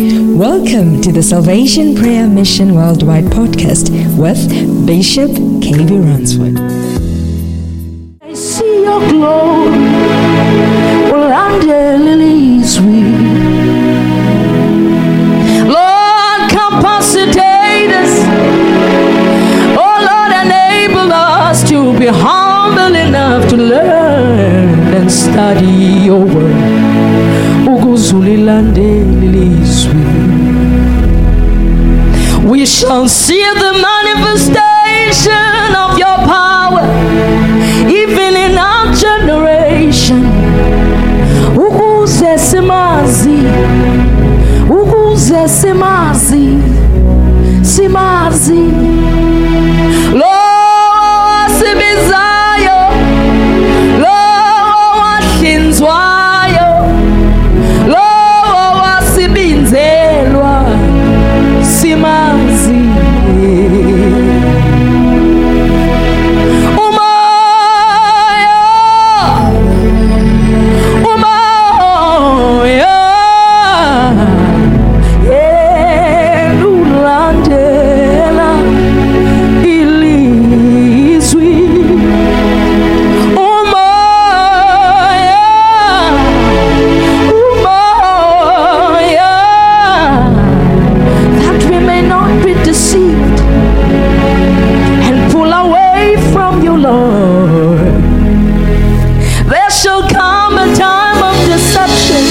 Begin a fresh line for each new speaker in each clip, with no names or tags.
Welcome to the Salvation Prayer Mission Worldwide podcast with Bishop KB Ransford.
I see your glow under lilies we Lord capacitate us Oh Lord enable us to be humble enough to learn and study your word Uguzulilande lilies we We shall see the manifestation of your power even in our generation ukuze simazi ukuze simazi simazi lo wasibizayo lo wahlinzwayo lo wasibinzelwa simazi umoya umoya elulandela ilizwi umoya umoya that we may not be deceived and pull away from you lord there shall come a time of deception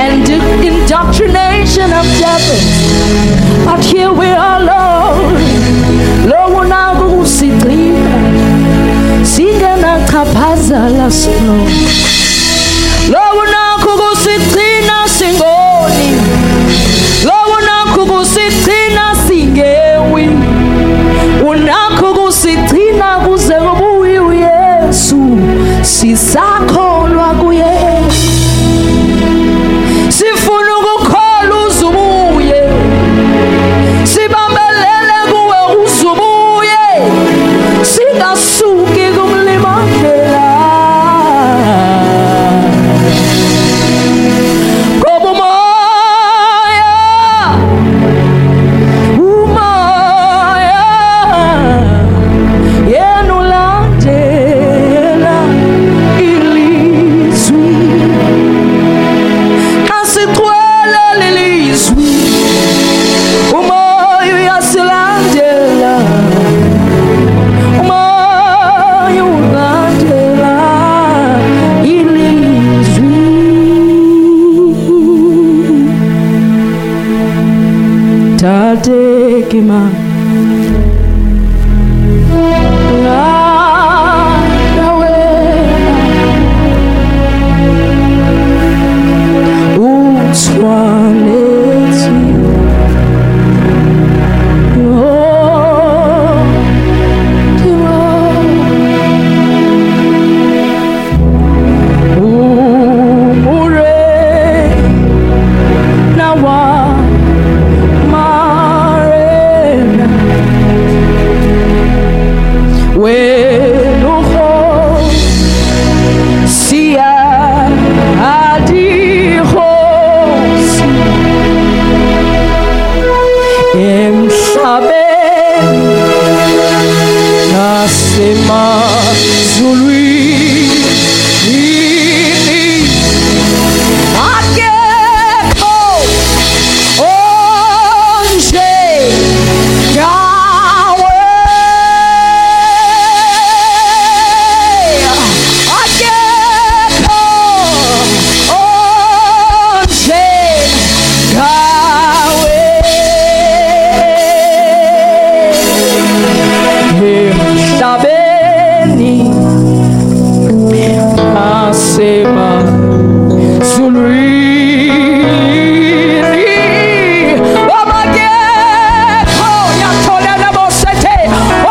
and de- indoctrination of devils. But here we are, Lord. Lord, now go see Singana kapaza la snow. Lord, now go see singoni. Lord, now go see singewi unakho kusigcina kuze kubuye uyesu sisakholwa kuye sifuna ukukholwa uzubuye sibambelele kuwe uzubuye singasuki kumlimandela ngoba umoya umoya yenulandela ilizwi kasicwele lelizwi umoya uyasilandela umoya ulandela ilizwi Tatekima. Nawa Marena Wenu ho Sia adi ho si Emhlabe Nasema zulwi Akekho onje ngawe akekho onje ngawe emhlabeni asema Zulwini Wabageko Yatole na mosete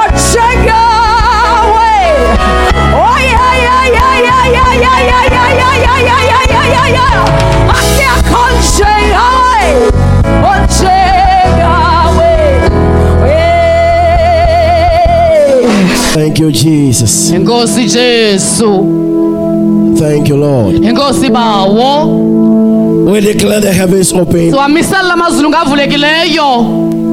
Otshegawe Oya ya ya ya ya ya ya ya ya ya ya ya ya ya ya Akia konshegawe Otshegawe
Thank you, Jesus.
Enkosi Jesu,
Thank you, Lord.
enkosi bawo,
We we declare the heavens open.
siwamisela amazulu ngavulekileyo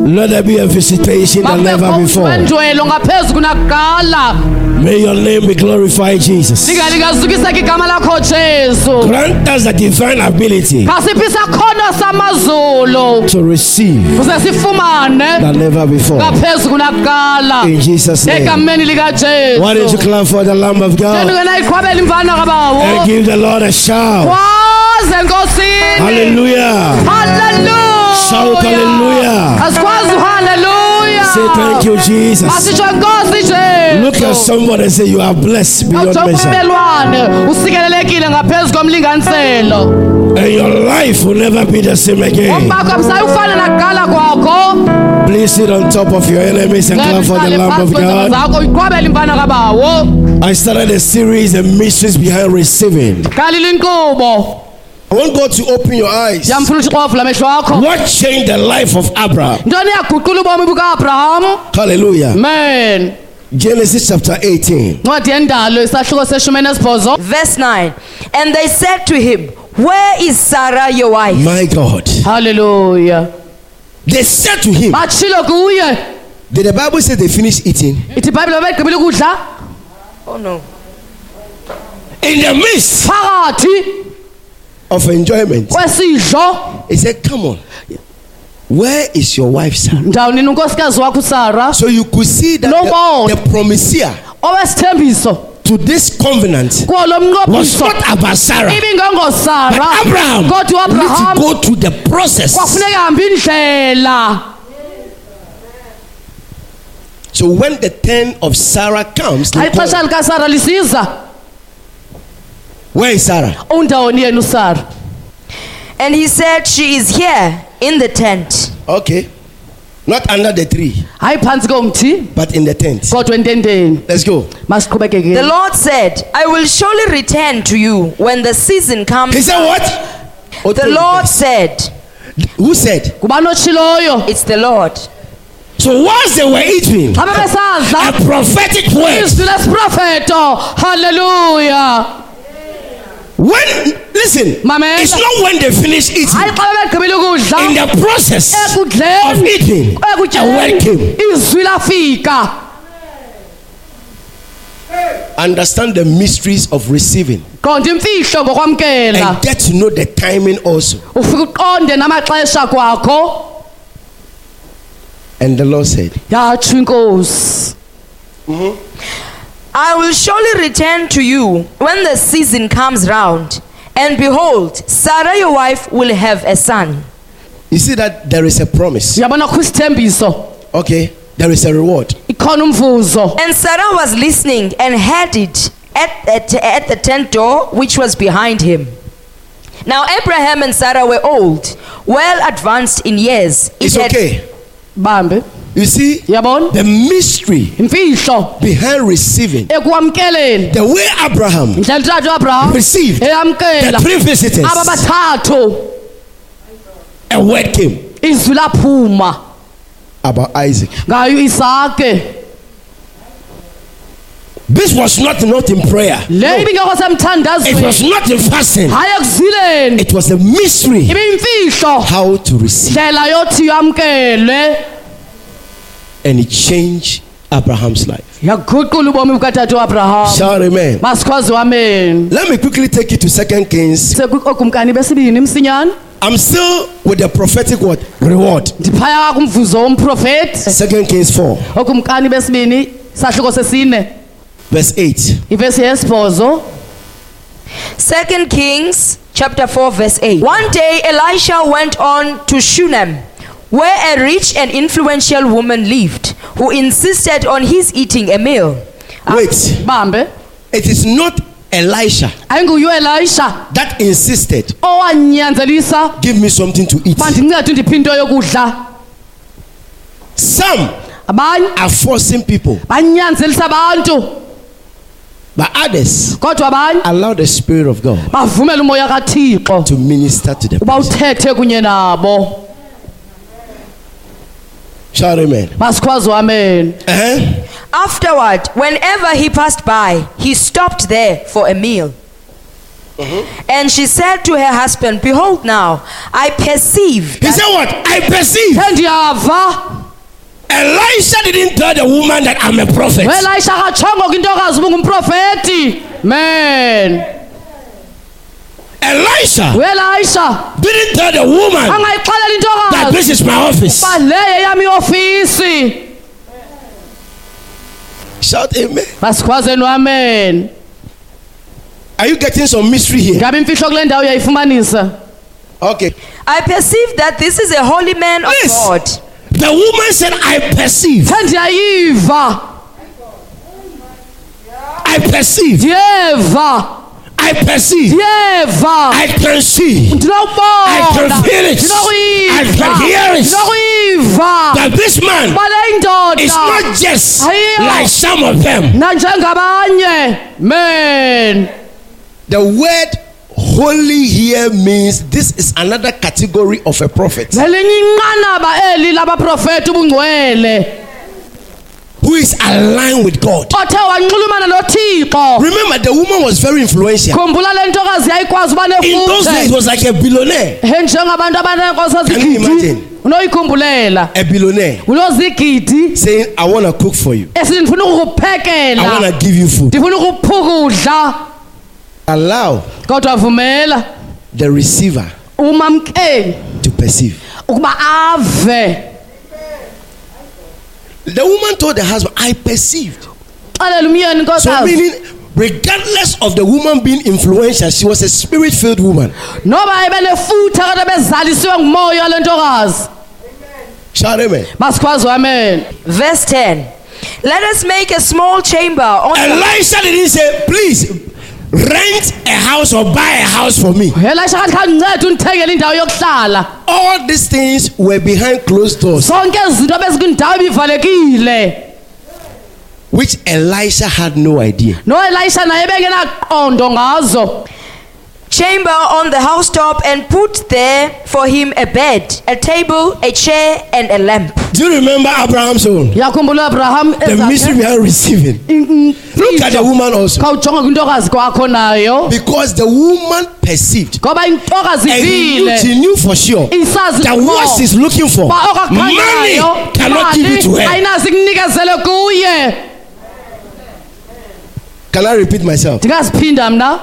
Let there be a visitation than never before.
wendwelo ngaphezu kunakuqala
May your name be glorified, Jesus.
lika likazukiseka igama lakho jesu
Grant us the divine ability
khasiphi sakhono samazulu
to receive
uze sifumane
than never before.
ngaphezu kunakuqala
In Jesus' name.
egameni
Why don't you
likajesu
clap for the Lamb of God
sendungena iqhwabela imfana
and
kabawo
give the Lord a shout?
kwaze enkosini
Hallelujah.
Hallelujah.
Shout hallelujah.
Asikwazi hallelujah.
Say thank you, Jesus.
Asitsho Nkosi Jesu.
Look at somebody and say, You are blessed beyond
Awujonge
measure.
umelwane, usikelelekile ngaphezu komlinganiselo.
And your life will never be the same again.
Umbakho abusayufana nakuqala kwakho.
Please sit on top of your enemies and clap for the
Uhlale
Lamb
phansi
of
kweentamo
God.
zakho, uyiqhwabele imfana kabawo.
I started a series, The Mysteries Behind Receiving.
Qalile inkqubo.
I want God to open your eyes.
Ndiyamfuna uThixovu lamehlo akho.
What changed the life of Abraham?
Ntoni yaguqula ubomi bukaAbraham?
Hallelujah.
Amen.
Genesis chapter 18.
Ncwadi yendalo isahluko seshumi nesibhozo.
Verse 9 And they said to him, Where is Sarah your wife?
My God.
Hallelujah.
They said to him,
Batshilo kuye.
Did the Bible say they finished eating?
ithi ibhayibhile babegqibile ukudla
Oh no.
In the midst
phakathi
of enjoyment,
kwesidlo
he said, Come on. Where is your wife, Sarah?
ndawunini unkosikazi wakho usara
So you could see that
No more.
the, the promisor
owesithembiso
to this covenant
kulo
was
mnqophiso
not about Sarah. But
ibingengosara
Abraham
kodwa
need to
uabraham
go through the process.
kwafuneka hambe indlela
So when the turn of Sarah comes, they
xa ixesha
call,
likasara lisiza
where is Sarah?
undawoni yena usara
And he said, She is here in the tent.
Okay. Not under the tree,
hayi phantsi komthi
but in the tent.
kodwa ententeni
Let's go.
The
masiqhubekeke
Lord said, I will surely return to you when the season
He
comes.
said, What?
The Lord said,
Who said?
ngubani otshiloyo
It's the Lord.
So whilst they were eating,
xa
a
babesadla
prophetic word.
izwi lesiprofeto halleluya
When, listen,
Mama.
it's not when they finish
hayi
eating,
xa babegqibile ukudla
in the process of
ekudleni
eating, a word
ekutyeni
came.
izwi lafika
Understand the mysteries of receiving
qonda imfihlo ngokwamkela
and get to know the timing also.
ufike uqonde namaxesha kwakho
And the Lord said,
yatsho inkosi
I will surely return to you when the season comes round. And behold, Sarah your wife will have a son.
You see that there is a promise.
uyabona kho isithembiso
Okay, there is a reward.
ikhona umvuzo
And Sarah was listening and heard it at, at, at the tent door which was behind him. Now Abraham and Sarah were old, well advanced in years. It
It's
had-
okay.
bambe
You see,
uyabona
the mystery
imfihlo
behind receiving,
ekuwamkeleni
the way Abraham,
ndlela utata uabraham
Received. the
eyamkela
three visitors,
aba bathathu
a word came
izwi laphuma
about Isaac.
ngayo isake
This was not not in prayer.
le ibingekho
It
semthandazweni
was not in fasting.
hayi ekuzileni
It was a mystery
ibimfihlo
how to receive.
ndlela yothi yamkele
And it changed Abraham's life.
yaguqula ubomi bukatata uabraham
Shout amen.
masikhwazi wameni
Let me quickly take you to Second Kings.
sekuokumkani besibini msinyane
I'm still with the prophetic word reward.
ndiphaya kumvuzo womprofeti
Second Kings 4,
okumkani besibini sahluko sesine
verse 8.
ivesi yesibhozo
2 Kings chapter 4 verse 8. One day Elisha went on to Shunem, where a rich and influential woman lived, who insisted on his eating a meal.
Wait,
bambe
it is not Elisha
ayinguyo elisha
that insisted,
owanyanzelisa
give me something to eat.
bandincede ndiphi into yokudla
Some
abanye
are forcing people,
banyanzelisa abantu
but others
kodwa abanye
allow the Spirit of God
bavumela umoya kathixo
to minister to them.
uba uthethe kunye nabo
Shout amen.
masikhwazi wameni
Uh-huh.
Afterward, whenever he passed by, he stopped there for a meal. And she said to her husband, Behold, now I perceive.
He said, What? I perceive.
endiyava
Elisha didn't tell the woman that I'm a prophet.
uelayisha akatshongo kwintokazi uba ngumprofeti men
Elisha
uelayisha
didn't tell the woman
angayixelela
that
intokazi
this is my office.
uba le yeyam iofisi
Shout amen.
basikhwazeni wamen
Are you getting some mystery here?
ngabe imfihlo kule ndawo uyayifumanisa
Okay.
I perceive that this is a holy man of
Yes.
God.
The woman said, I perceive.
sendiyayiva
I perceive.
ndiyeva
I perceive.
ndiyeva
I can see. I
ndinokubona
can feel it. I can hear it.
ndinokuyiva
That this man
bale
is
indoda
not just
Ayo.
like some of them.
nanjengabanye men
The word holy here means this is another category of a prophet
ngelinye inqanaba eli labaprofeti ubungcwele
who is aligned with God.
othe wanxulumana nothixo
Remember, the woman was very influential.
khumbula le ntokazi yayikwazi uba
In those days, it
nefuthe
was like a billionaire.
he njengabantu abaneenkosi
Can you
ezigidi
imagine?
unoyikhumbulela
A billionaire
ulozigidi
saying, I want to cook for you.
esithi ndifuna
I
ukukuphekela
want to give you food.
ndifuna ukukudla
Allow
kodwa vumela
the receiver
umamkeli
to perceive.
ukuba ave
The woman told the husband, I perceived.
xelela umyeni
So,
nkosazi
meaning, regardless of the woman being influential, she was a spirit filled woman.
noba ebenefutha kodwa bezalisiwe ngumoya wale ntokazi
Shout amen.
masikhwazi amen
Verse 10. Let us make a small chamber on the
Elisha didn't say, Please rent a house or buy a house for me.
elasha kathi khandincede undithengele indawo yokuhlala
All these things were behind closed doors,
zonke izinto bezikwindawo ebivalekile
which Elisha had no idea.
noelayisha naye bengenaqondo ngazo
chamber on the housetop and put there for him a bed, a table, a chair, and a lamp.
Do you remember Abraham's own?
yakhumbula abraham
The mystery behind receiving. Look at the woman also.
khawujonge kwintokazi kwakho nayo
Because the woman perceived.
ngoba intokazi
And he knew, she
vile
knew for sure
Isazi
that
ngqo.
what she's looking for,
uba
money
okakhanyayo
cannot give it to her.
ayinazi ikunikezele kuye
Can I repeat myself?
ndingaziphinda mna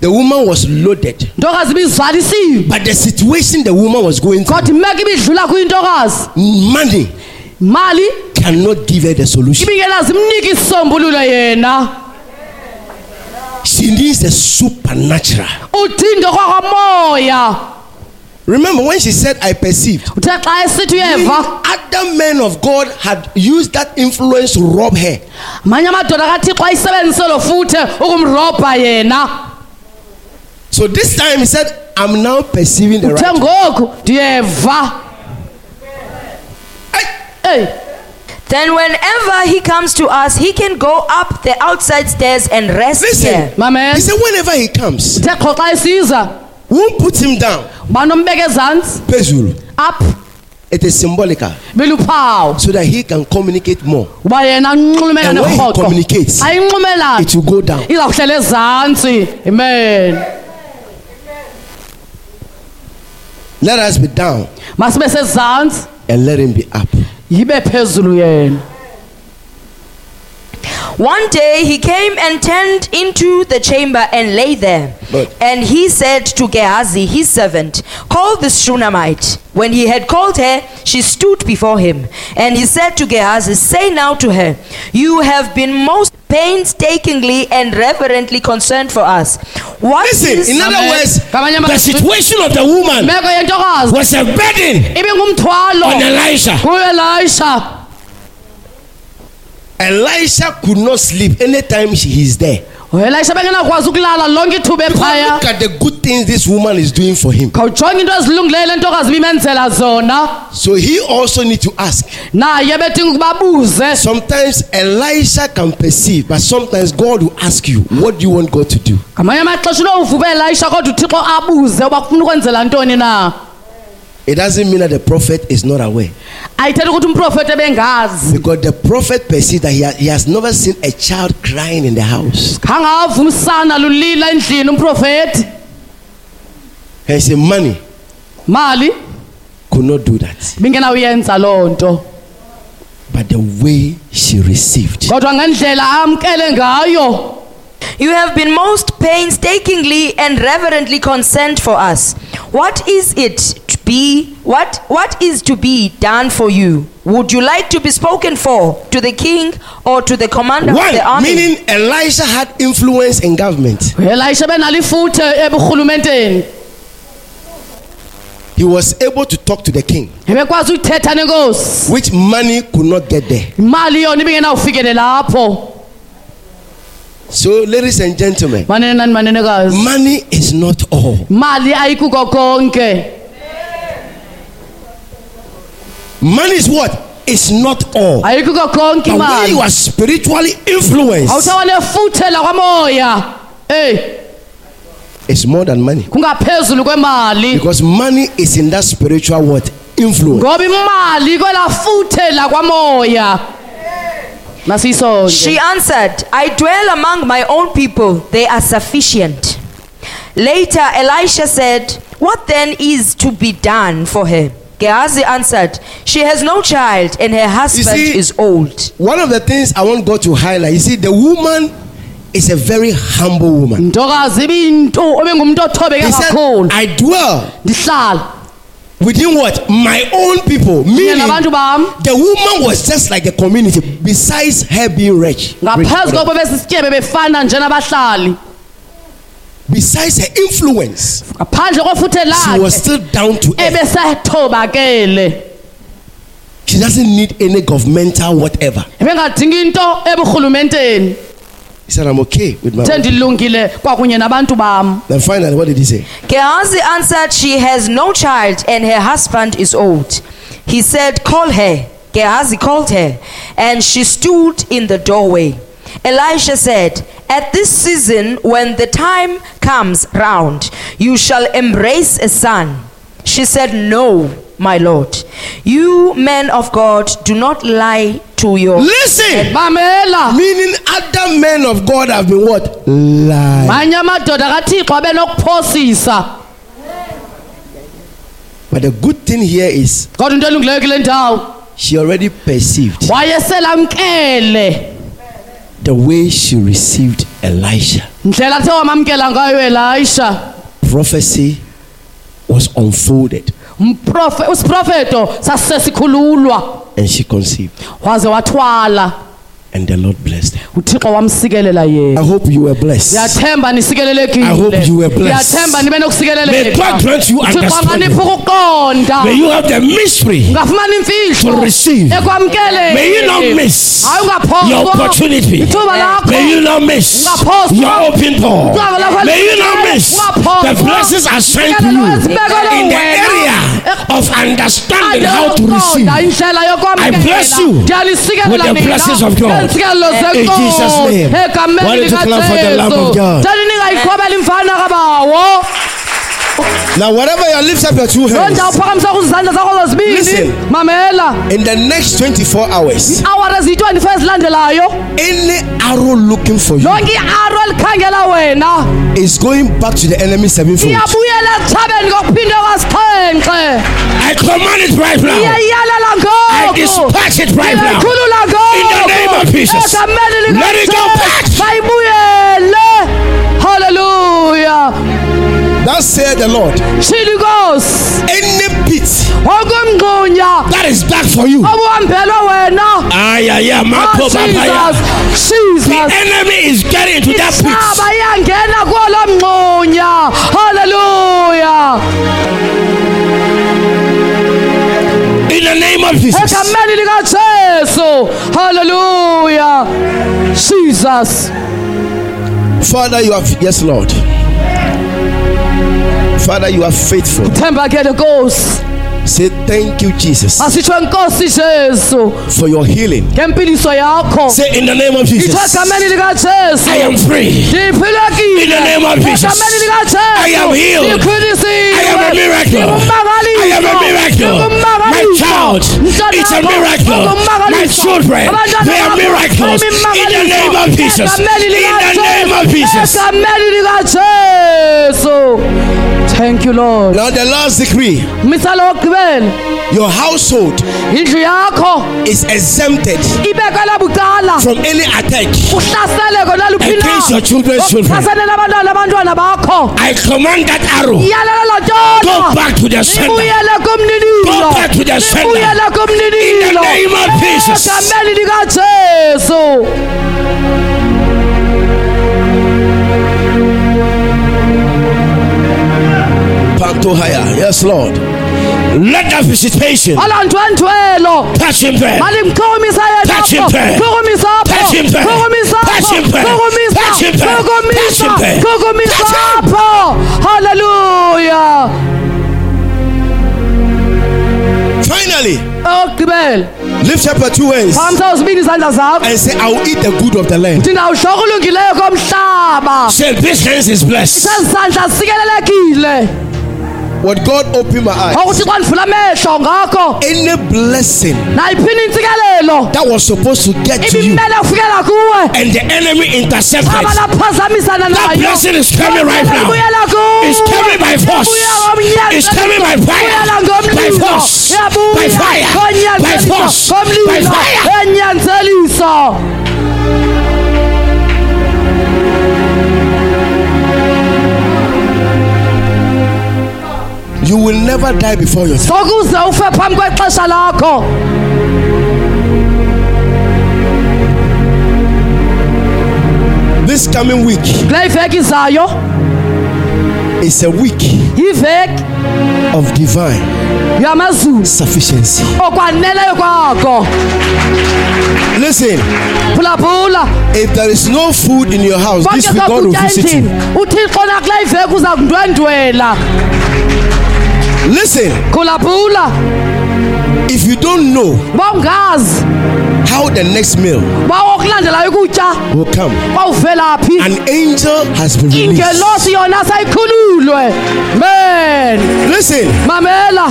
The woman was loaded,
ntokazi ibizalisiwe
but the situation the woman was going through,
kodwa imeko ibidlula kwintokazi
money
mali
cannot give her the solution.
ibingenazi imnika isisombululo yena
She needs the supernatural.
udinge kwakomoya
Remember when she said, I perceived.
uthe xa esithi uyeva
Other men of God had used that influence to rob her.
manye amadoda kathixo ayisebenzise lo futhe ukumrobha yena
So this time he said, I'm now perceiving the
uthe
right.
ngoku ndiyeva eyi
Then, whenever he comes to us, he can go up the outside stairs and rest
Listen,
here.
Amen.
he said, whenever he comes,
uthe qho xa esiza
won't put him down.
banombeka ezantsi
Pezul.
up
It is symbolical
beluphawu
so that he can communicate more.
uba yena anxulumela
And when he
nerhoqo
communicates,
ayinxumelana
It will go down.
iza kuhlela ezantsi amen
Let us be down
masibe sezantsi
and let him be up.
yibe phezulu yena
One day he came and turned into the chamber and lay there.
But-
And he said to Gehazi, his servant, Call the Shunammite. When he had called her, she stood before him. And he said to Gehazi, Say now to her, You have been most painstakingly and reverently concerned for us. What is-
Listen, in other
Amen.
words,
Kamanye amazwi.
the situation of the woman
meko yentokazi
was a burden
ibingumthwalo
on Elisha.
kuelayisha
Elisha could not sleep anytime she is there.
uelayisha Oh, bengenakwazi ukulala lonke ithuba ephaya
Look at the good things this woman is doing for him.
khawujonge into ezilungileyo le ntokazi ibimenzela zona
So he also need to ask.
naye bedinga ukuba buze
Sometimes Elisha can perceive, but sometimes God will ask you, What do you want God to do?
ngamanye amaxesha unovuba elayisha kodwa uthixo abuze uba kufuna ukwenzela ntoni na
It doesn't mean that the prophet is not aware.
ayithetha ukuthi umprofeti ebengazi
Because the prophet perceives that he, ha- he has never seen a child crying in the house.
khangava umsana lulila endlini umprofeti
He said, Money
mali
could not do that.
bingenawuyenza loo nto
But the way she received,
kodwa ngendlela amkele ngayo
You have been most painstakingly and reverently concerned for us. What is it to be? What what is to be done for you? Would you like to be spoken for to the king or to the commander of the
one,
army?
meaning Elisha had influence in government,
elayisha benalo ifuthe eburhulumenteni
he was able to talk to the king,
ebekwazi ukuthetha nenkosi
which money could not get there.
imali yona ibingenawufikele lapho
So, ladies and gentlemen,
manene nani manenekazi
money is not all.
mali ayikuko konke
Money is what? It's not all.
ayikuko konke
But when
imali
you are spiritually influenced,
awuthawa nefuthe lakwamoya eyi
it's more than money.
kungaphezulu kwemali
Because money is in that spiritual what? Influence.
ngoba imali kwela futhe lakwamoya
She
nasiyisonke
answered, I dwell among my own people, they are sufficient. Later, Elisha said, What then is to be done for her? Gehazi answered, She has no child, and her husband
see-
is old.
One of the things I want God to highlight, you see, the woman is a very humble
Mm.
woman.
ntokazi ibintu ebengumntu othobeke
He said,
kakhulu
I dwell
ndihlala
within what? My own people. Meaning,
kunye nabantu bam
the woman was just like the community, besides her being rich. rich,
ngaphezu
whatever.
kokuba besisitye befana njenabahlali
Besides her influence,
ngaphandle kofuthe
she was
lakhe
still down to earth.
ebesethobakele
She doesn't need any governmental whatever.
ebengadingi into eburhulumenteni
He said, I'm okay with my
the
wife.
ndilungile kwakunye nabantu bam
Then finally, what did he say?
Gehazi answered, She has no child, and her husband is old. He said, Call her. Gehazi called her, and she stood in the doorway. Elisha said, At this season, when the time comes round, you shall embrace a son. She said, No, my lord. You men of God, do not lie to your.
Listen!
bamela
Meaning, other men of God have been what? Lied.
manye amadoda kathixo abenokuphosisa
But the good thing here is
kodwa into elungileyo kule ndawo
she already perceived
wayeselamkele
the way she received Elisha.
ndlela athe wamamkela ngayo elayisha
Prophecy was unfolded
Mprofe- usiprofeto sasesesikhululwa
and she conceived,
waze wathwala
and the Lord blessed her.
uthixo wamsikelela
I
yena
hope you were blessed.
ndiyathemba
I hope you were
nisikelelekile
blessed.
ndiyathemba nibe
May God grant you understanding.
anganiphuka ukuqonda
May you have the mystery.
ungafumana imfihlo
to receive.
ekwamkeleni
May you not miss
hayi ungaphosa
your opportunity.
ithuba lakho
May you not miss
Ungaphoswa.
your open door.
Ungaphoswa lakho
May you not miss
Ungaphoswa.
the blessings assigned to you
Ungaphoswa esibekelwe
in the
wena.
area of understanding
Ade
how to receive.
yokuqonda indlela yokwamkela.
I bless you
Ndiyalisikelela
with the
nina
blessings of God.
ngeentsikelelo
In
zenkosi.
Jesus' name.
Egameni
Why don't you clap for the
likaJesu.
Lamb of God?
Thani ningayikhwabeli imfana kabawo.
Now, whatever you lift up your two
Loo ndawo phakamisa kuzandla zakho zozibini.
Listen.
Mamela.
in the next 24 hours,
Awara ziyi-25 zilandelayo.
any arrow looking for you
Lonke iaro elikhangela wena.
is going back to the enemy sevenfold.
Iyabuyela esithabeni ngokuphindwe kwasixhenxe.
I command it right now.
Iyayalela
I
ngoku.
dispatch it right now.
Iyayikhulula ngoku.
In the name of Jesus.
Egameni likaJesu.
Let it go back.
mayibuyele haleluya
Thus said the Lord,
shilikosi
any pit
wonke umngqunya
that is dark for you.
obuhambelwe wena
Ay, ay, ay,
Oh,
Marco
jesus
Papaya. The
jesus
enemy is getting into that
aba
pit.
iyangena kolo mngxunya haleluya
In the name of Jesus.
egameni likajesu haleluya jesus
Father, you are yes, Lord. Father, you are faithful.
thembakele nkosi
Say thank you, Jesus,
masitsho nkosi jesu
for your healing.
ngempiliso yakho
Say in the name of Jesus.
itho egameni likajesu
I am free.
ndiphilekile
In the name of Jesus.
egameni likajesu
I am healed.
ndikhulisiwe
I am a miracle.
ndingumangaliso
I am a miracle.
abantwana
It's a
bakho
miracle.
ngokumangaliswa.
My children,
Abantwana
they are
bakho
miracles. In the name of Jesus.
Egameni
In the name of Jesus.
likaJesu. Egameni likaJesu. Thank you Lord.
Now the last decree
Misalo wokugqibela
your household
indlu yakho
is exempted
ibekela bucala
from any attack.
uhlaseleko naluphi na
Against your children's children.
Okuchaselene abantwana abantwana bakho
I command that arrow
iyalela loo ntona
go back to the center.
ibuyele kumninilo
Go back to the sender.
ibuyele
In the
kumninilo
name of Jesus.
egameni likajesu
Pantohaya. Yes, Lord. Let the visitation
olwandwendwelo
touch him there.
malimchukumisa yena
Touch him
apho.
there.
Chukumisa apho.
Touch him there.
Chukumisa apho.
Touch him there.
Chukumisa.
Touch him there. Touch
Chukumisa.
him there.
Chukumisa
Touch him.
apho. hallelujah
Finally,
Oh, okugqibela
lift up your two hands
phamisa uzibini izandla zakho
and say, I will eat the good of the land.
ndingawuhloko ulungileyo komhlaba
Say, this hands is blessed.
sezi sandla sikelelekile
What God opened my eyes.
okuthi xa ndivula amehlo ngakho
Any blessing
nayiphina intsikelelo
that was supposed to get to you
ibimele ufikela kuwe
and the enemy intercepted.
abalaphazamisana
That
nayo
blessing is coming right now.
Ibuyela kuwe.
It's coming by force.
Ibuya ngomnyango.
It's coming by fire.
Ibuyela
By
ngomlilo.
force.
Iyabuya.
By fire. By
Ngonyanzeliso.
force. By
Ngomlilo.
fire.
Enyanzeliso.
You will never die before your time.
sokuze ufe phambi kwexesha lakho
This coming week
kule iveki izayo
is a week
yiveki
of divine
yamazulu
sufficiency.
okwaneleyo kwako
Listen,
phulaphula
if there is no food in your house, this
konke
week God will
sokutya
visit
endlini
you.
uthixo nakule iveki uza kundwendwela
Listen,
phulaphula
if you don't know
bawungazi
how the next meal
bawokulandelayo ukutya
will come,
bawuvela phi
an angel has been released.
ingelosi yona sayikhululwe men
Listen,
mamela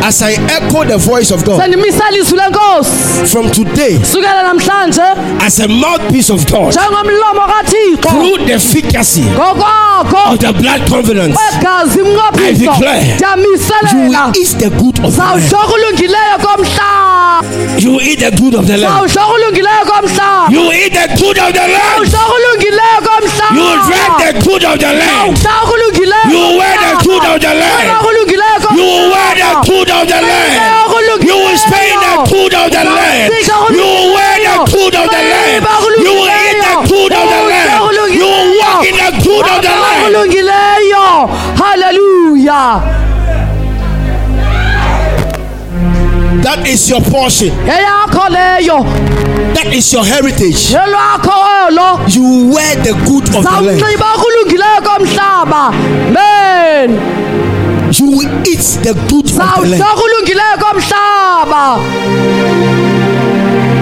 Oh. as I echo the voice of God
sendimisela izwi lenkosi
from today,
sukela namhlanje
as a mouthpiece of God,
njengomlomo kathixo
through the efficacy
ngokwakho
of the blood covenant,
kwegazi mnqophiso
Oh, I declare, you
ndiyamiselela
will eat the good of the land.
sawuhloko ulungileyo komhlaba
You will eat the good of the land.
sawuhloko ulungileyo komhlaba
You will eat the good of the land.
sawuhloko ulungileyo
You will drink
komhlaba
the good of the land.
sawuhloko ulungileyo
You will wear the good of the land.
ulungileyo
You will wear the food of the land. You will spend the food of the land. You will wear the food of the land. You will eat the food of the land. You will walk in the food of the land.
ulungileyo haleluya
That is your portion.
eyakho leyo
That is your heritage.
yelwakho olo
You will wear the good of the land.
sawunxiba kulungileyo komhlaba men
You will eat the good of the land.
sawuhloko ulungileyo komhlaba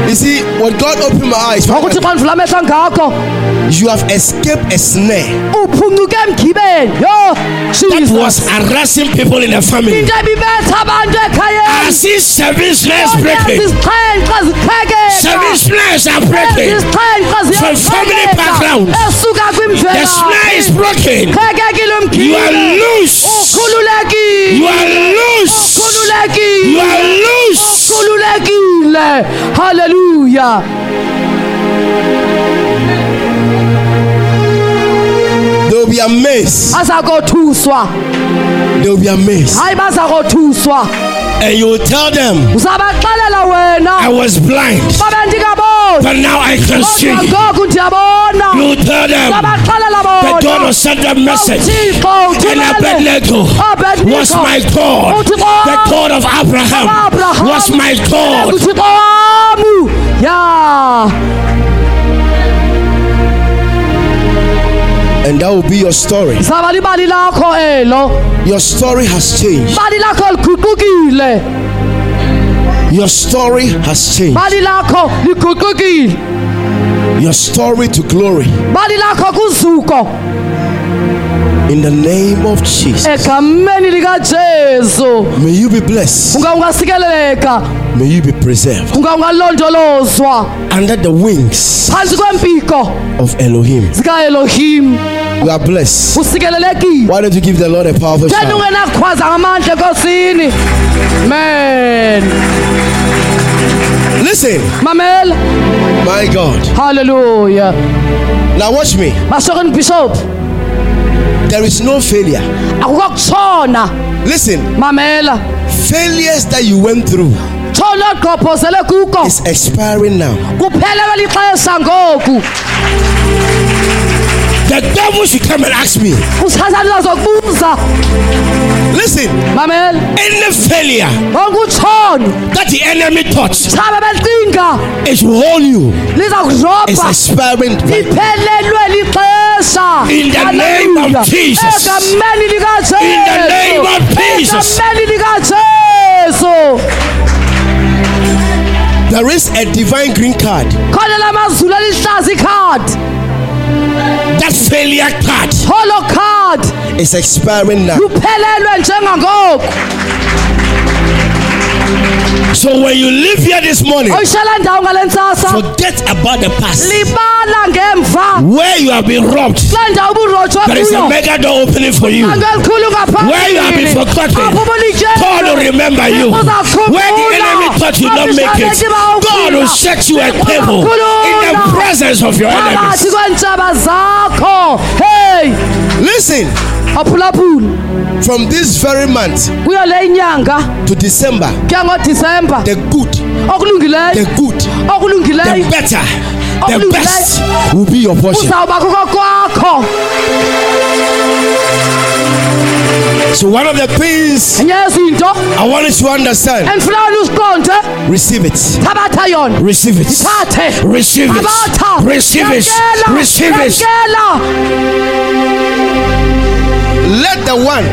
You see, when God opened my eyes,
ngokuthi xa ndivula amehlo ngakho
you have escaped a snare
uphuncuke emgibeni yo
that
Jesus.
was harassing people in the family.
into ebibetha abantu
I
ekhayeni
see seven snares breaking.
ezixhenxe
Seven
ziqhekeka
snares are breaking.
ezixhenxe
From family background.
esuka
The snare is broken.
qhekekile
You are
emgibeni
loose. You
khululekile
are loose. You
khululekile
are loose.
khululekile haleluya
They will be amazed.
baza kothuswa
They will be amazed.
hayi baza kothuswa
And you will tell them,
uzabaxelela wena
I was blind,
babe ndingaboni
but now I can
kodwa
see.
ngoku
You
ndiyabona
will tell them,
uzabaxelela
the God
bona
will send a message.
uthixo
And Abednego was my God. The God of Abraham was my God.
uthixo wamu ya
And that will be your story.
zaba libali lakho elo
Your story has changed.
bali lakho liguqukile
Your story has changed.
bali lakho liguqukile
Your story to glory.
bali lakho kuzuko
In the name of Jesus.
egameni likajesu
May you be blessed.
ungaungasikeleleka
May you be preserved
ungaungalondolozwa
under the wings
phansi kwempiko
of Elohim.
zikaelohim
You are blessed.
usikelelekile
Why don't you give the Lord a powerful
tena
shout?
ungenakhwaza ngamandla enkosini men
Listen,
mamela
my God.
halleluya
Now watch me.
bashoken bishop
There is no failure.
akukho kutshona
Listen,
mamela
failures that you went through
thona ogqophozele kuko
is expiring now.
kuphela kweli xesha ngoku
The devil should come and ask me.
usathane uzazokubuza
Listen,
mamela
any failure
konke utshono
that the enemy thought
sabe becinga
it will hold you
liza
is
kudroba
expiring. right now.
liphelelwe lixesha
In the name of
Hallelujah.
Jesus.
egameni likajesu
In the name of Jesus.
egameni likajesu
There is a divine green card.
khona lamazulu elihlaza ikhadi
That failure card
holo khadi
is expiring now.
luphelelwe njengangoku
So when you leave here this morning,
oyishela ndawo ngale ntsasa
forget about the past.
libala ngemva
Where you have been robbed,
kule ndawo uburotshwa
there is a
kuyo
mega door opening for you.
Nanto elikhulu ngaphambili.
Where you have been forgotten,
Apho ubulitshela.
God will remember you. Where the enemy thought you not make it, God will set you a table in the presence of your
phakathi
enemies.
kweentshaba zakho hey
Listen,
aphulaphula
from this very month
kuyo le inyanga
to December,
kuya ngodisemba
the good, the
okulungileyo
good, the
okulungileyo
better, the best will be your portion.
uzawuba kuko kwakho
So one of the things
enye yezinto
I want you to understand,
endifuna wena uziqonde
receive it.
thabatha yona
Receive it.
Ithathe.
Receive
thabatha
it. Receive it.
Yamkela.
Receive it.
Yamkela.
Let the one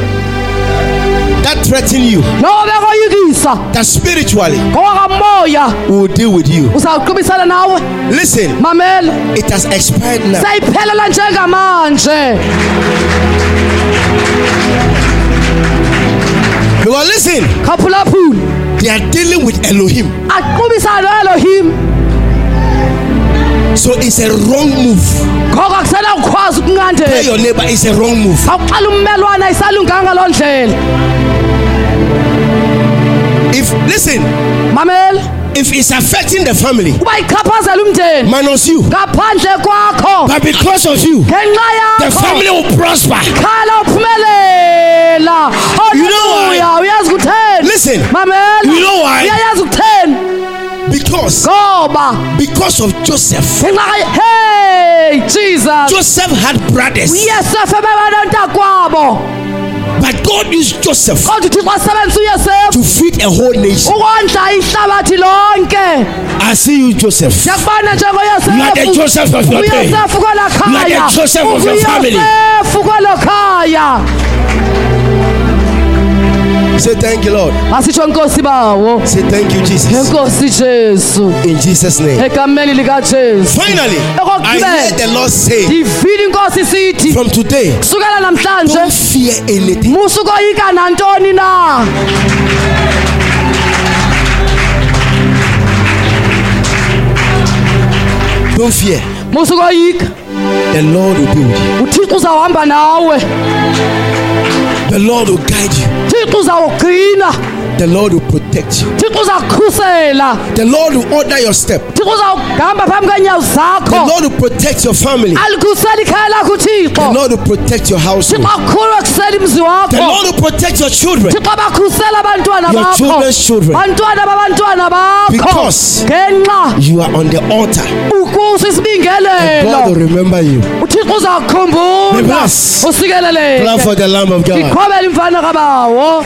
that threaten you,
lowo bekoyikisa
that spiritually
ngowamoya
will deal with you.
uzawuqubisana nawe
Listen,
mamela
it has expired now.
seyiphelela njengamanje
Because listen,
kaphulaphula
they are dealing with Elohim.
aqubisana noelohim
So it's a wrong move.
ngoko akusenakukwazi
Tell
ukunqandela
your neighbor it's a wrong move.
awuxela ummelwane ayisalunganga loo ndlela
If listen,
mamela
if it's affecting the family,
uba ichaphazela umndeni
minus you,
ngaphandle kwakho
but because of you,
ngenxa
the family
yakho
will prosper.
khala uphumelela
You know why?
Hallelujah. uyazi kutheni
Listen.
mamela
You know why?
uyayazi ukutheni
Because
ngoba
because of Joseph.
ngenxa ye- hey jesus
Joseph had brothers,
uyesefe bebenontakwabo
but God used Joseph
kodwa uthixo asebenzisa uyesefu
to feed a whole nation.
ukondla ihlabathi lonke
I see you, Joseph.
ndiyakubona
You are the
njengoyesefu
Joseph of your day.
uyosefu kwelo
You
khaya
are the Joseph of your family.
uyosefu kwelo khaya
Say thank you, Lord.
masitsho nkosi bawo
Say thank you, Jesus.
enkosi jesu
In Jesus' name.
egameni likajesu
Finally, I hear the Lord say,
ndivile inkosi isithi
from today,
sukela namhlanje
don't fear anything.
musukoyika nantoni na
Don't fear.
musukoyika
The Lord will be with you.
uthixo uzawuhamba nawe
The Lord will guide you.
thixo uzawugcina
The Lord will protect you.
thixo uzakukhusela
The Lord will order your step.
thixo uzawugamba phambi kweenyawo zakho
The Lord will protect your family.
alikhusela ikhaya lakho uthixo
The Lord will protect your
thixo
household.
akhulu ekhusela imzi
The
wakho
Lord will protect your children.
thixo bakhusela abantwana
Your
bakho
children's children.
bantwana babantwana bakho
Because-
ngenxa
You are on the altar.
ukuso
God will
isibingelelo
remember you.
uthixo
Be
uzakukhumbula
blessed. Clap
usikeleleke
for the Lamb of God.
ndiqhobela imfana kabawo